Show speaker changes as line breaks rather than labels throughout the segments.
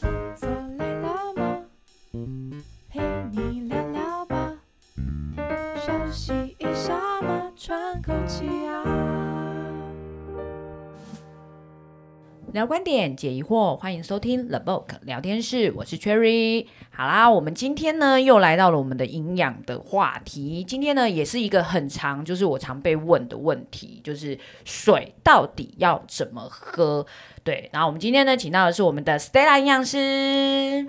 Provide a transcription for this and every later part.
坐累了吗？陪你聊聊吧，休息一下嘛，喘口气啊。
聊观点，解疑惑，欢迎收听 The Book 聊天室，我是 Cherry。好啦，我们今天呢又来到了我们的营养的话题。今天呢也是一个很常，就是我常被问的问题，就是水到底要怎么喝？对，然后我们今天呢请到的是我们的 Stella 营养师。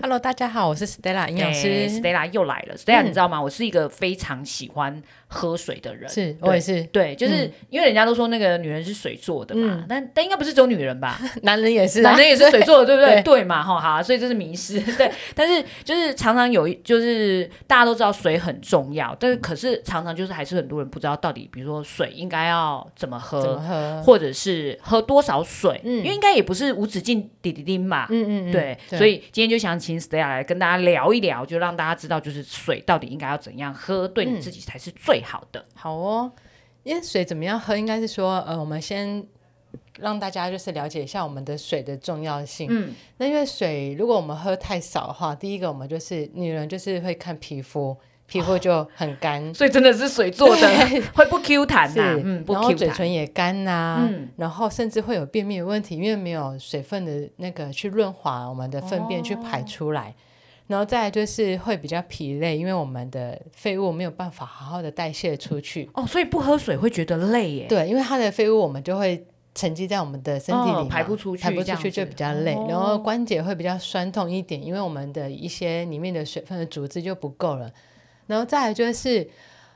Hello，大家好，我是 Stella 营养师，嗯
s t e l l a 又来了。Stella，、你知道吗？我是一个非常喜欢喝水的人，
是嗯
对
我也是，
对，就是因为人家都说那个女人是水做的嘛，
嗯
但但应该不是只有女人吧？
男人也是啊，
男人也是水做的，对不对？
对
对嘛，哈，好啊，所以这是迷失。对，但是就是常常有一，就是大家都知道水很重要，但是可是常常就是还是很多人不知道到底，比如说水应该要怎么
怎
喝，
么喝？
或者是喝多少水，
嗯
因为应该也不是无止境滴滴滴嘛。
嗯嗯嗯，
对，所以今天就想请 Stella 来跟大家聊一聊，就让大家知道，就是水到底应该要怎样喝，对你
嗯
自己才是最好的。
好哦，因为水怎么样喝，应该是说，呃，我们先让大家就是了解一下我们的水的重要性。
嗯，，
那因为水如果我们喝太少的话，第一个我们就是女人就是会看皮肤，皮肤就很干
哦所以真的是水做的， 会不 Q 弹呐、
是
嗯，不
然后
Q
嘴
弹，
唇也干呐、
嗯
然后甚至会有便秘的问题，因为没有水分的那个去润滑我们的粪便去排出
哦
来。然后再来就是会比较疲累，因为我们的废物没有办法好好的代谢出去。
哦，所以不喝水会觉得累耶。
对，因为它的废物我们就会沉积在我们的身体里嘛、
哦排不出去
排不
这
出
样
去就
子
比较累，
哦
然后关节会比较酸痛一点，因为我们的一些里面的水分的组织就不够了。然后再来就是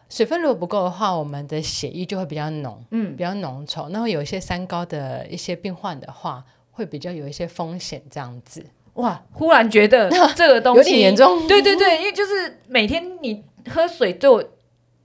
水分如果不够的话，我们的血液就会比较浓，
嗯
比较浓稠。那会有一些三高的一些病患的话，会比较有一些风险这样子。
哇，忽然觉 得这个东西
有点严。重，
对对对，因为就是每天你喝水对我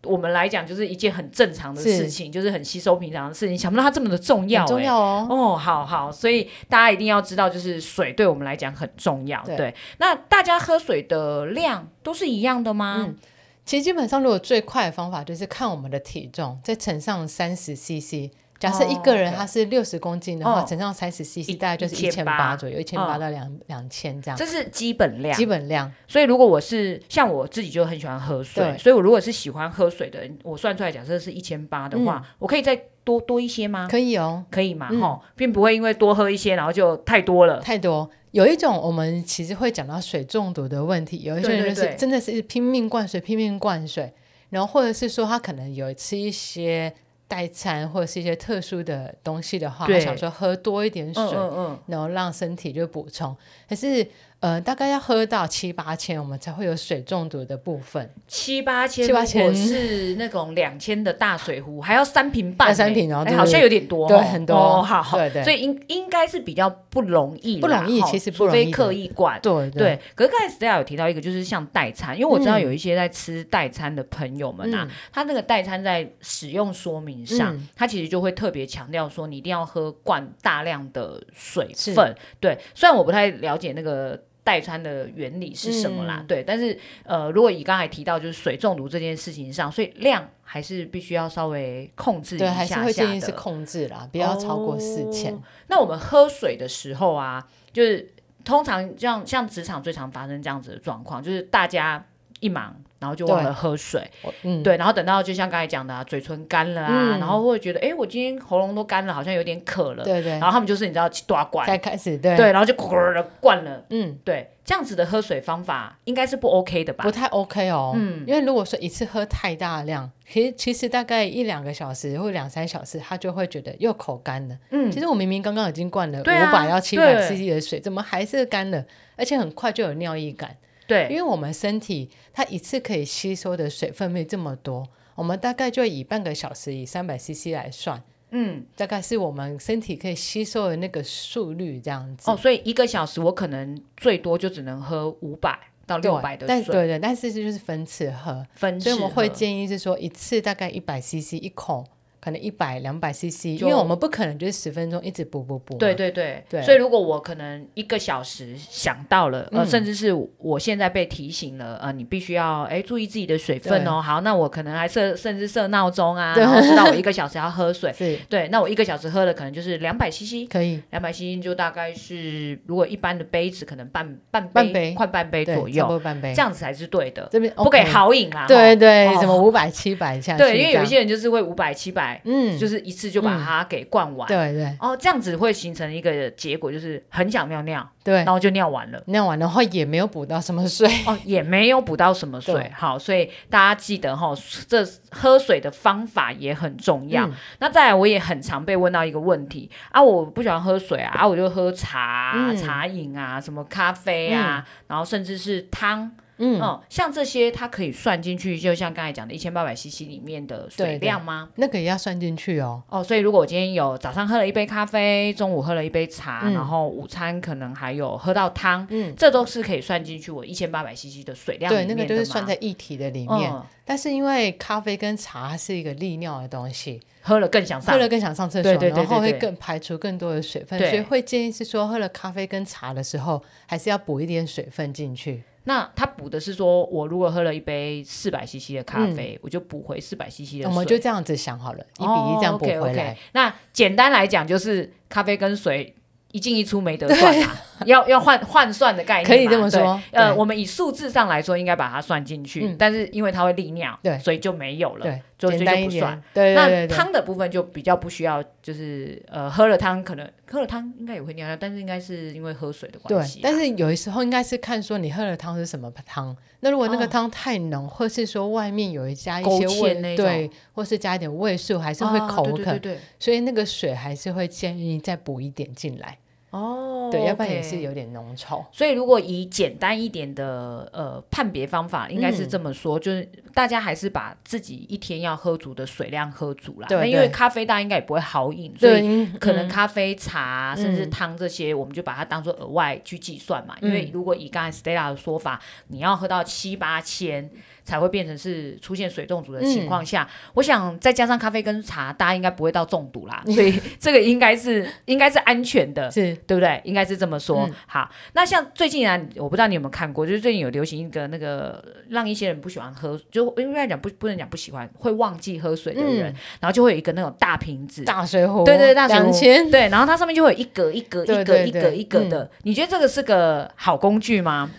我们来讲就是一件很正常的
是
事情，就是很稀松平常的事情，想不到它这么的重要、
很重
哎
要哦。
哦，好好，所以大家一定要知道，就是水对我们来讲很重要。对，
对
那大家喝水的量都是一样的吗？
嗯其实基本上，如果最快的方法就是看我们的体重，再乘上三十 CC。假设一
哦
个人
，OK
他是六十公斤的话，
哦
乘上三十 CC，
一
大概就是一
1800
千八左右，一千八
嗯
到两两千这样，
这是基本量
基。本量。
所以如果我是像我自己就很喜欢喝水，
对
所以我如果是喜欢喝水的人，我算出来假设是一千八的
嗯
话，我可以再多多一些吗？
可以哦，
可以嘛？
嗯
吼、并不会因为多喝一些，然后就太多了。
太多。有一种我们其实会讲到水中毒的问题，有一些
对对
人就
对
是真的是拼命灌水，拼命灌水，然后或者是说他可能有吃一些代餐或者是一些特殊的东西的话，
对
他想说喝多一点水，
嗯嗯嗯，
然后让身体就补充。可是呃，大概要喝到七八千，我们才会有水中毒的部分，
七八千，
七八千
如果是那种两千的大水壶，还要三瓶半欸、
要三瓶哦
哎
对对
好像有点多哦，
对很多
哦，好好，
对对
所以应应该是比较不容易啦，
不容易
吼
其实不
除
容易
非
的
刻意灌。
对
对，可是刚才 Stella 有提到一个，就是像代餐，因为我知道有一些在吃代餐的朋友们啊，
嗯
他那个代餐在使用说明上，
嗯
他其实就会特别强调说，你一定要喝灌大量的水
是
分。对，虽然我不太了解那个。代餐的原理是什么啦？
嗯
对，但是呃，如果以刚才提到就是水中毒这件事情上，所以量还是必须要稍微控制一
对，
下
还是
下
会建议
的
是控制啦，不要超过四千、
哦那我们喝水的时候啊，就是通常像像职场最常发生这样子的状况，就是大家一忙。然后就忘了喝水，
我嗯，
哦对，然后等到就像刚才讲的、啊，嘴唇干了啊，
嗯
然后会觉得，哎，我今天喉咙都干了，好像有点渴了，
对对
然，后他们就是你知道多灌，
才开始对，
对，然后就咕噜的灌了，
嗯，
对，这样子的喝水方法应该是不 OK 的吧
不？太 OK 哦，
嗯
因为如果说一次喝太大量，其实其实大概一两个小时或两三小时，他就会觉得又口干了。
嗯
其实我明明刚刚已经灌了五
对啊
百到七百
对
CC 的水，怎么还是干了？而且很快就有尿意感。因
对，
为我们身体它一次可以吸收的水分没有这么多，我们大概就以半个小时以三百 CC 来算，
嗯，
大概是我们身体可以吸收的那个速率这样子。
哦，所以一个小时我可能最多就只能喝五百到
对，
六百的
但
水，
对对，但是这就是分次喝，
分
所以我们
次
会
喝
建议是说一次大概一百 CC 一口，可能一百两百 CC，因
就
为我们不可能就是十分钟一直补补补嘛。
对对对
对
所以如果我可能一个小时想到了，呃，
嗯
甚至是我现在被提醒了，呃，你必须要哎注意自己的水分哦。好，那我可能还设甚至设闹钟啊，
对。
然后知道我一个小时要喝水
是
对，那我一个小时喝了可能就是两百 CC，
可以
两百 CC 就大概是如果一般的杯子可能半半杯
半杯
快半杯
对
左
差不
右，
多半杯。
这样子才是对的，
这边
不给
OK
好饮啦。
对
吼
对，
哦
什么五百七百下去这样。
对，因为有一些人就是会五百七百，
嗯，
就是一次就把
嗯
它给灌完。
对对
哦，这样子会形成一个结果，就是很想尿尿，
对
然，后就尿 完了。
那完然后也没有补到什 么水。
哦，也没有补到什么水
对，
好，所以大家记得哈、这喝水的方法也很重要。
嗯
那再来，我也很常被问到一个问题啊，我不喜欢喝水啊，啊我就喝茶啊、
嗯
茶饮啊，什么咖啡啊，然后甚至是汤，嗯
嗯，
像这些它可以算进去，就像刚才讲的一千八百 CC 里面的水
对对
量吗？
那个也要算进去哦。
哦，所以如果我今天有早上喝了一杯咖啡，中午喝了一杯茶，
嗯
然后午餐可能还有喝到汤，
嗯，
这都是可以算进去我一千八百 CC 的水量里
对，
面
那
的嗯
个
吗
就是算在液体的里面。但是因为咖啡跟茶是一个利尿的东西，
喝了更想上
喝。了更想上厕所，
对对对对
然后会
对
更排除更多的水分，
对
所以会建议是说，喝了咖啡跟茶的时候，还是要补一点水分进去。
那他补的是说，我如果喝了一杯四百 CC 的咖啡，我就补回四百 CC 的水。
嗯我们就这样子想好了，一比一这样补
哦
回
OK，OK
来。
那简单来讲，就是咖啡跟水一进一出没 得算啦，要要换换算的概念嘛，
可以这么
对
说
呃，
对
我们以数字上来说，应该把它算进去，
嗯
但是因为它会利尿，
对
所以就没有了。
对，
就
简单一
就不算
点。对对对
那
对，
汤的部分就比较不需要，就是呃，喝了汤可能喝了汤应该也会尿尿，但是应该是因为喝水的关系啊。
对。但是有时候应该是看说你喝的汤是什么汤。那如果那
哦
个汤太浓，或是说外面有一加一
勾
些
芡那
味，
种
对，或是加一点味素，还是会
啊
口
对对
渴，
对对，
所以那个水还是会建议再补一点进来。
哦，
对，要不然也
OK
是有点浓稠。
所以，如果以简单一点的呃判别方法，应该是这么说，就是大家还是把自己一天要喝足的水量喝足啦。
对
那因为
对
咖啡大家应该也不会好饮，所以
对，
可能
嗯
咖啡、茶、甚至
嗯
汤这些，我们就把它当做额外去计算嘛。因为
嗯
如果以刚才 Stella 的说法，你要喝到七八千才会变成是出现水中毒的情
嗯
况下，我想再加上咖啡跟茶，大家应该不会到中毒
嗯
啦。 所以这个应该是应该是安全的。
是
对不对？应该是这么说。
嗯
好，那像最近啊，我不知道你有没有看过，就是最近有流行一个那个让一些人不喜欢喝，就因为讲不不能讲不喜欢，会忘记喝水的人，
嗯
然后就会有一个那种大瓶子。
大水壶，
对对，大水壶
两千，
对，然后它上面就会有一格一格一
对
格
对嗯
一格
对
一格的。你觉得这个是个好工具吗？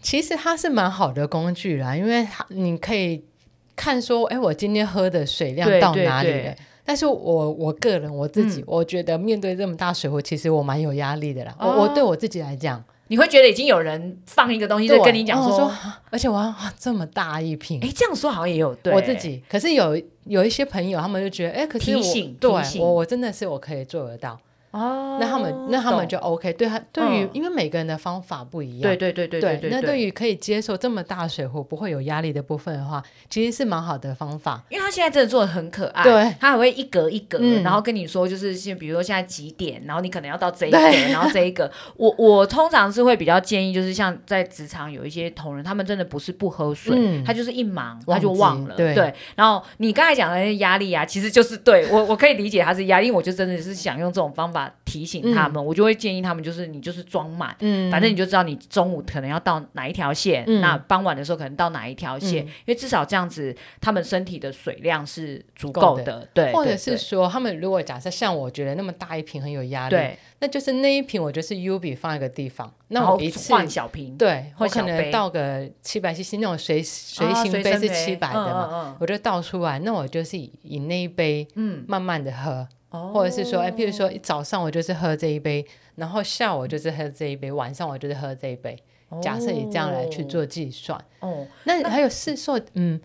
其实它是蛮好的工具啦，因为它你可以看说，哎，我今天喝的水量
对
到
对
哪里
对嗯
了。但是我我个人我自己，我觉得面对这么大水壶，其实我蛮有压力的啦。我我
哦
对我自己来讲，
你会觉得已经有人放一个东西在
对
跟你讲
然后
说，
我
哎、
说，啊 而且我要啊这么大一瓶，
这样说好像也有对
我自己。可是有有一些朋友，他们就觉得，哎，可是
提
我
醒
对
提醒
我我真的是我可以做得到。
哦
那他们那他们
懂
就 OK，对他对于、
嗯
因为每个人的方法不一样，
对对对对对
那
对
对于可以接受这么大水壶不会有压力的部分的话，其实是蛮好的方法。
因为他现在真的做的很可爱，
对，
他还会一格一格，
嗯
然后跟你说，就是现比如说现在几点，然后你可能要到这一个， 然后这一个，我我通常是会比较建议，就是像在职场有一些同仁，他们真的不是不喝水，
嗯
他就是一忙
忘
他就忘
记
了，
对
然后你刚才讲的那些压力啊，其实就是对我我可以理解他是压力，因为我就真的是想用这种方法提醒他们，我就会建议他们就是你就是装满。
嗯
反正你就知道你中午可能要到哪一条线，
嗯
那傍晚的时候可能到哪一条线，
嗯
因为至少这样子他们身体的水量是足
够
够的，
的
对，
或者
对
是说，他们如果假设像我觉得那么大一瓶很有压
对
力，
对，
那就是那一瓶我就是 U 比放一个地方，
然
那
后
我一次
换小瓶，
对，
或
我可
小杯
能倒个七百 CC 那种随随
啊
行
随
杯
身
是七百的嘛，
嗯嗯
我就倒出来，那我就是以以那一杯
嗯，
慢慢的喝，
嗯
或者是说，哎，譬如
哦
说早上我就是喝这一杯，然后下午我就是喝这一杯，晚上我就是喝这一杯。假设以这样来去做计算，
哦，
那还有市售，嗯，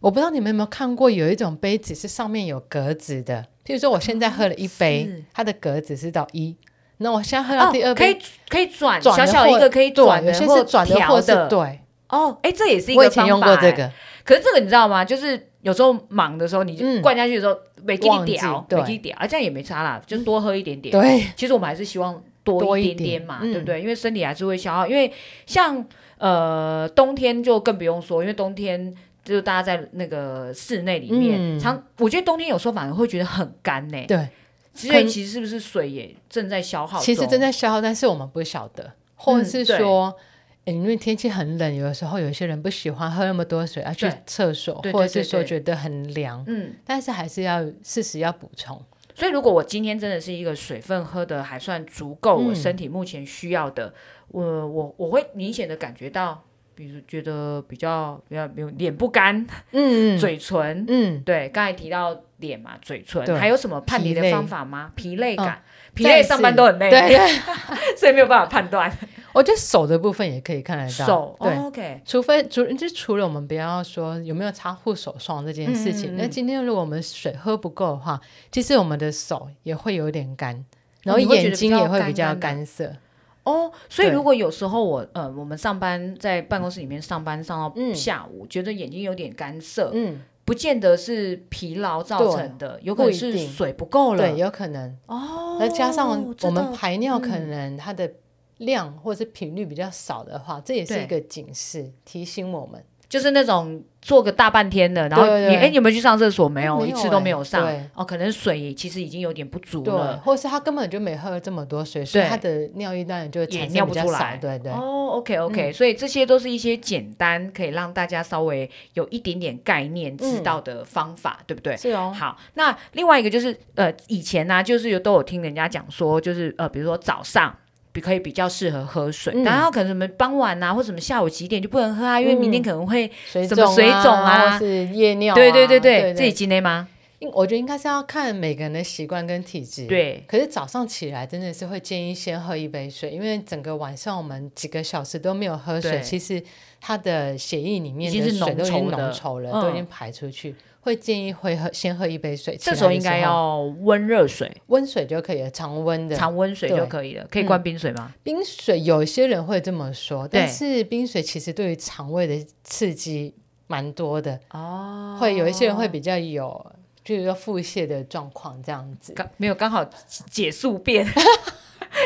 我不知道你们有没有看过，有一种杯子是上面有格子的。譬如说，我现在喝了一杯，
哦是
它的格子是到一，那我现在喝
哦
到第二
可
杯，
以可以转，
转
小
的
小
或
一个可以
对
转的
有些
或
是转的
调
或是对。
哦，哎，这也是一个
我以前
方
用
法
过这
哎，
个，
可是这个你知道吗？就是有时候忙的时候，你就
嗯
灌下去的时候，没给你
忘记
屌，
对嗯
没给你屌，啊，这样也没差啦，就多喝一点点。
对，
其实我们还是希望多
多
一
一
点点
点
嘛，
嗯
对不对？因为身体还是会消耗，因为像呃冬天就更不用说，因为冬天就大家在那个室内里面，
嗯
常我觉得冬天有时候反而会觉得很干呢、
对，
所以
可
其实是不是水也正在消耗中？
其实正在消耗，但是我们不晓得，或者是
嗯对
说。诶因为天气很冷，有的时候有些人不喜欢喝那么多水，要去
对
厕所，
对对
或者是
对
说
对
觉得很凉，
嗯，
但是还是要适时要补充。
所以如果我今天真的是一个水分喝的还算足够，
嗯
我身体目前需要的，我我我会明显的感觉到，比如觉得比较比较没有脸不干，
嗯
嘴唇。
嗯，
对，刚才提到脸嘛，嘴唇，
对
还有什么判别的
疲累
方法吗？疲累
嗯
感，疲累上班都很累，
对，对，
所以没有办法判 断。
我觉得哦手的部分也可以看得到，
手、
对，
哦、，OK，
除非除就除了我们不要说有没有擦护手霜这件事情，
嗯嗯嗯
那、今天如果我们水喝不够的话，其实我们的手也会有点干，然后
哦你会觉得
眼睛也会比
比较
较
干干
干涩。
哦，所以
对
如果有时候我呃，我们上班在办公室里面上班上
嗯
到下午，觉得眼睛有点干涩，
嗯，
不见得是疲劳造成的，有可
不
能
一
是
定
水不够了。
对，有可能。
哦，
那加上
知
我们
道
排尿可
嗯
能它的量或是频率比较少的话，这也是
对
一个警示，提醒我们。
就是那种坐个大半天的，然后
对对
你哎，你有没有去上厕所？没
没
有，
有
一次都没有上
哎对。
哦，可能水其实已经有点不足
对，
了。
或是他根本就没喝这么多水，所以
对
他的尿液当然就会
也
产
尿
生
不
比较
出
少
来。
对对，嗯
哦，OK OK，所以这些都是一些简单可以让大家稍微有一点点概念
嗯
知道的方法，对不对？
是哦。
好，那另外一个就是呃，以前呢、就是有都有听人家讲说，就是呃，比如说早上。比可以比较适合喝水，
嗯
然后可能什么傍晚啊，或什么下午几点就不能喝啊，因为明天
嗯
可能会，
水
什
肿
么
啊，
水肿啊
或是夜尿啊、
对对
对
对对，自己今天吗？
应我觉得应该是要看每个人的习惯跟体质。。
对，
可是早上起来真的是会建议先喝一杯水，因为整个晚上我们几个小时都没有喝水，
对
其实它的血液里面
已经
的
是
水都已经
浓稠的
浓稠了，
嗯
都已经排出去。会建议会喝先喝一杯水，
这
起
时
来
候
的
应该要温热水，
温水就可以了，常温的。
常温水
对嗯
就可以了。可以灌冰水吗？
冰水有些人会这么说，但
对
是冰水其实对于肠胃的刺激蛮多的，
哦
会有一些人会比较有，就是说腹泻的状况这样子。
刚没有刚好解宿便，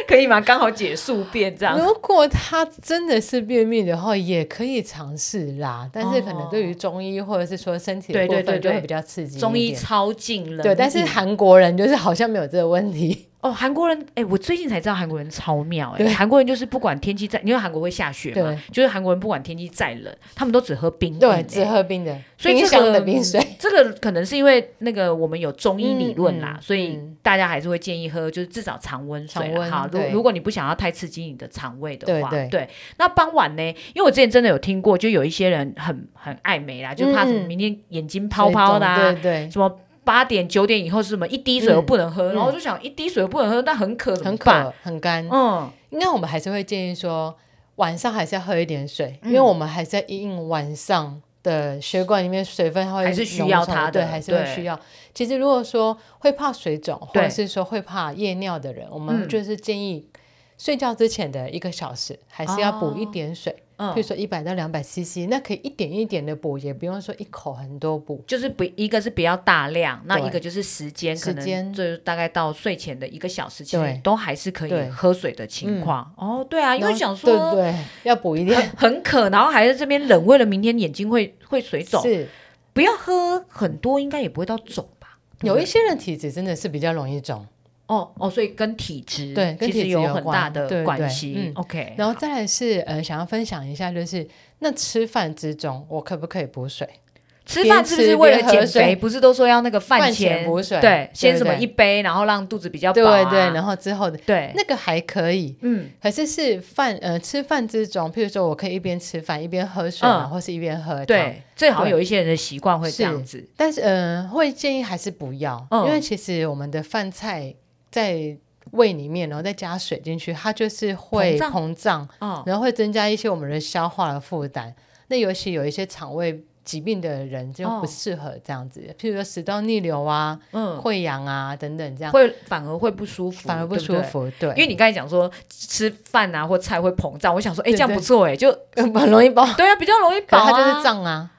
可以吗？刚好解宿便这样。
如果他真的是便秘的话，也可以尝试啦，但是可能对于中医或者是说身体的
哦对
部
对
分
对
就会
对
比较刺激一点。
中医超劲冷饮，
对，但是韩国人就是好像没有这个 问题。
哦，韩国人，哎、我最近才知道韩国人超妙、
对
哎，韩国人就是不管天气再，因为韩国会下雪嘛
对，
就是韩国人不管天气再冷，他们都只喝冰饮、
对，
哎
只喝冰的，
所以
冰
这
箱
个嗯
的冰水。
这个可能是因为那个我们有中医理论啦，
嗯嗯
所以
嗯
大家还是会建议喝，就是至少常温水
常
啦。
温
哈，如
对
如果你不想要太刺激你的肠胃的话，
对对
那傍晚呢？因为我之前真的有听过，就有一些人很很爱美啦，就怕什么
嗯嗯
明天眼睛泡泡的、啊，
对对，
什么。八点九点以后是什么？一滴水都不能喝，
嗯
然后我就想一滴水都不能喝，那很渴怎
很
么办？
渴很干。
嗯，
那我们还是会建议说，晚上还是要喝一点水，
嗯
因为我们还是要因应晚上的血管里面水分它会
还是需要它的
浓稠对，还是会
对
需要。其实如果说会怕水肿，或
对
者是说会怕夜尿的人，我
嗯
们就是建议。睡觉之前的一个小时，还是要补一点水，
嗯
比如说一百到两百 CC，那可以一点一点的补，也不用说一口很多补。
就是不一个是比较大量，那
对
一个就是时间，可
时间
能就是大概到睡前的一个小时，其实
对
你都还是可
对嗯
以喝水的情况。哦，对啊，因
然
为
后
想
对
说
对，要补一点，
很渴，然后还在这边冷，为了明天眼睛会会 水肿，
是
不要喝很多，应该也不会到肿吧？对不
有
对
一些人体质真的是比较容易肿，
哦哦，所以跟体质
对跟
其实
体质有
很
关
大的
对对
关系
嗯。
OK，
然后
哎好
再来是呃，想要分享一下，就是那吃饭之中，我可不可以补水？
吃
边
饭是不是
吃
为了
边喝
减
水
肥？不是都说要那个饭前
前补水，
对，先
对
什么
对
一杯，然后让肚子比较饱
对
啊，
对，然后之后的
对，
那个还可以，
嗯，
可是是饭呃吃饭之中，譬如说我可以一边吃饭一边喝水嘛，
嗯
或是一边喝汤。
对，这好像
对
有一些人的习惯会这样子。
但是嗯、呃会建议还是不要，
嗯
因为其实我们的饭菜在胃里面，然后再加水进去，它就是会
膨胀
膨胀，
哦，
然后会增加一些我们的消化的负担。那尤其有一些肠胃疾病的人就
哦
不适合这样子，譬如说食道逆流啊、
嗯，
溃疡啊等等这样，
会反而会不舒服，
反而不
对
舒
对。
服。
因
对，
为你刚才讲说吃饭啊或菜会膨胀，我想说，哎，
对
这样
对
不错哎，就
因为很容易爆，
对啊，比较容易
可
饱啊。
是它就是胀啊，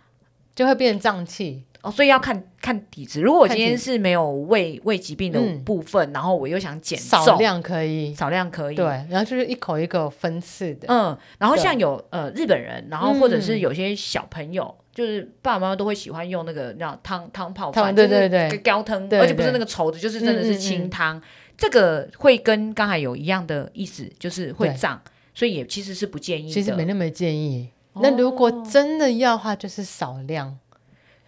就会变胀气。
哦，所以要看看体质。如果我今天
看体
是没有胃胃疾病的
嗯
部分，然后我又想减重，
少量可以，
少量可以。
对，，然后就是一口一口分次的，
嗯，然后
对
像有呃日本人，然后或者是
嗯
有些小朋友，就是爸爸妈妈都会喜欢用那个叫汤汤泡
汤
饭，
对
就是
对对
高汤，
对
而且不是
对
那个稠的，就是真的是
嗯嗯
清
嗯
汤。这个会跟刚才有一样的意思，就是会
对
胀，所以也其实是不建议的。哦
其实没那么建议。那如果真的要的话，就是少量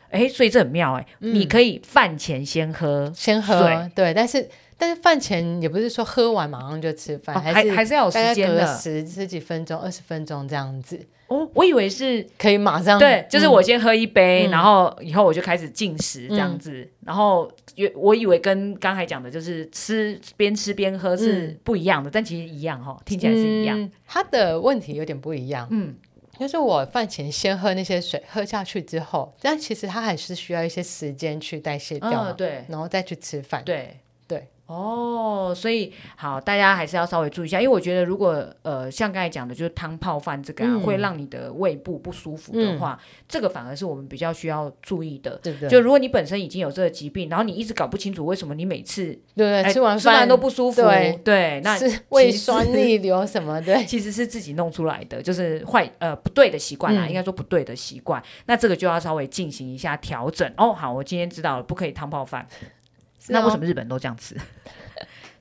哎，所以这很妙哎、
嗯
你可以饭前先喝，
先喝
水，
对，但是但是饭前也不是说喝完马上就吃饭，
哦
还
还
是
还是要有
大概
时间
隔
的
十十几分钟、二十分钟这样子，
哦。我以为是
可以马上
对，就是我先喝一杯，
嗯
然后以后我就开始进食这样
嗯
子。然后原我以为跟刚才讲的就是吃边吃边喝是
嗯
不一样的，但其实一样哈，听起来是一样。
嗯他的问题有点不一样，
嗯，
就是我饭前先喝那些水，喝下去之后，但其实它还是需要一些时间去代谢掉嘛，
嗯，对
然后再去吃饭。
对
对。
哦，所以好，大家还是要稍微注意一下，因为我觉得如果呃像刚才讲的，就是汤泡饭这个啊，
嗯
会让你的胃部不舒服的
嗯
话，这个反而是我们比较需要注意的。
对不对？
就如果你本身已经有这个疾病，然后你一直搞不清楚为什么你每次
对
哎
对，吃完
吃完
饭
都不舒服，
对
对，那
是胃
其实，
酸逆流什么的
其实是自己弄出来的，就是坏呃不对的习惯啦，
嗯
应该说不对的习惯。那这个就要稍微进行一下调整。哦，好，我今天知道了，不可以汤泡饭。
是
那为
哦
什么日本都这样吃？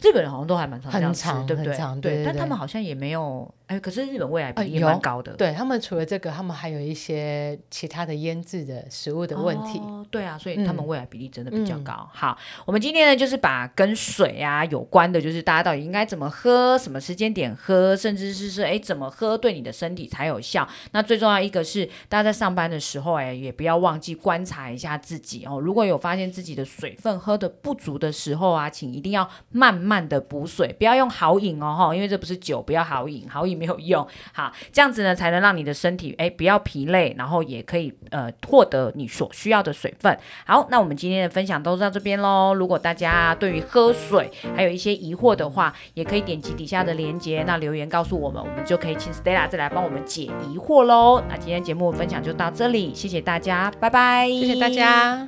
日本人好像都还蛮常这样吃
很，常
对不对
很？常对对
但
对
他们好像也没有，哎，可是日本胃癌
呃
比例也
有
蛮高的。
对他们除了这个，他们还有一些其他的腌制的食物的问题。
哦对啊，所以他们
嗯
未来比例真的比较高。好，我们今天呢，就是把跟水啊有关的，就是大家到底应该怎么喝，什么时间点喝，甚至是是哎怎么喝对你的身体才有效。那最重要一个是，大家在上班的时候，哎，也不要忘记观察一下自己哦。如果有发现自己的水分喝的不足的时候啊，请一定要慢慢的补水，不要用好饮哦，哈，因为这不是酒，不要好饮，好饮没有用。好，这样子呢，才能让你的身体哎不要疲累，然后也可以呃获得你所需要的水分。好，那我们今天的分享都到这边喽。如果大家对于喝水还有一些疑惑的话，也可以点击底下的链接，那留言告诉我们，我们就可以请 Stella 再来帮我们解疑惑喽。那今天节目分享就到这里，谢谢大家，拜拜，
谢谢大。家。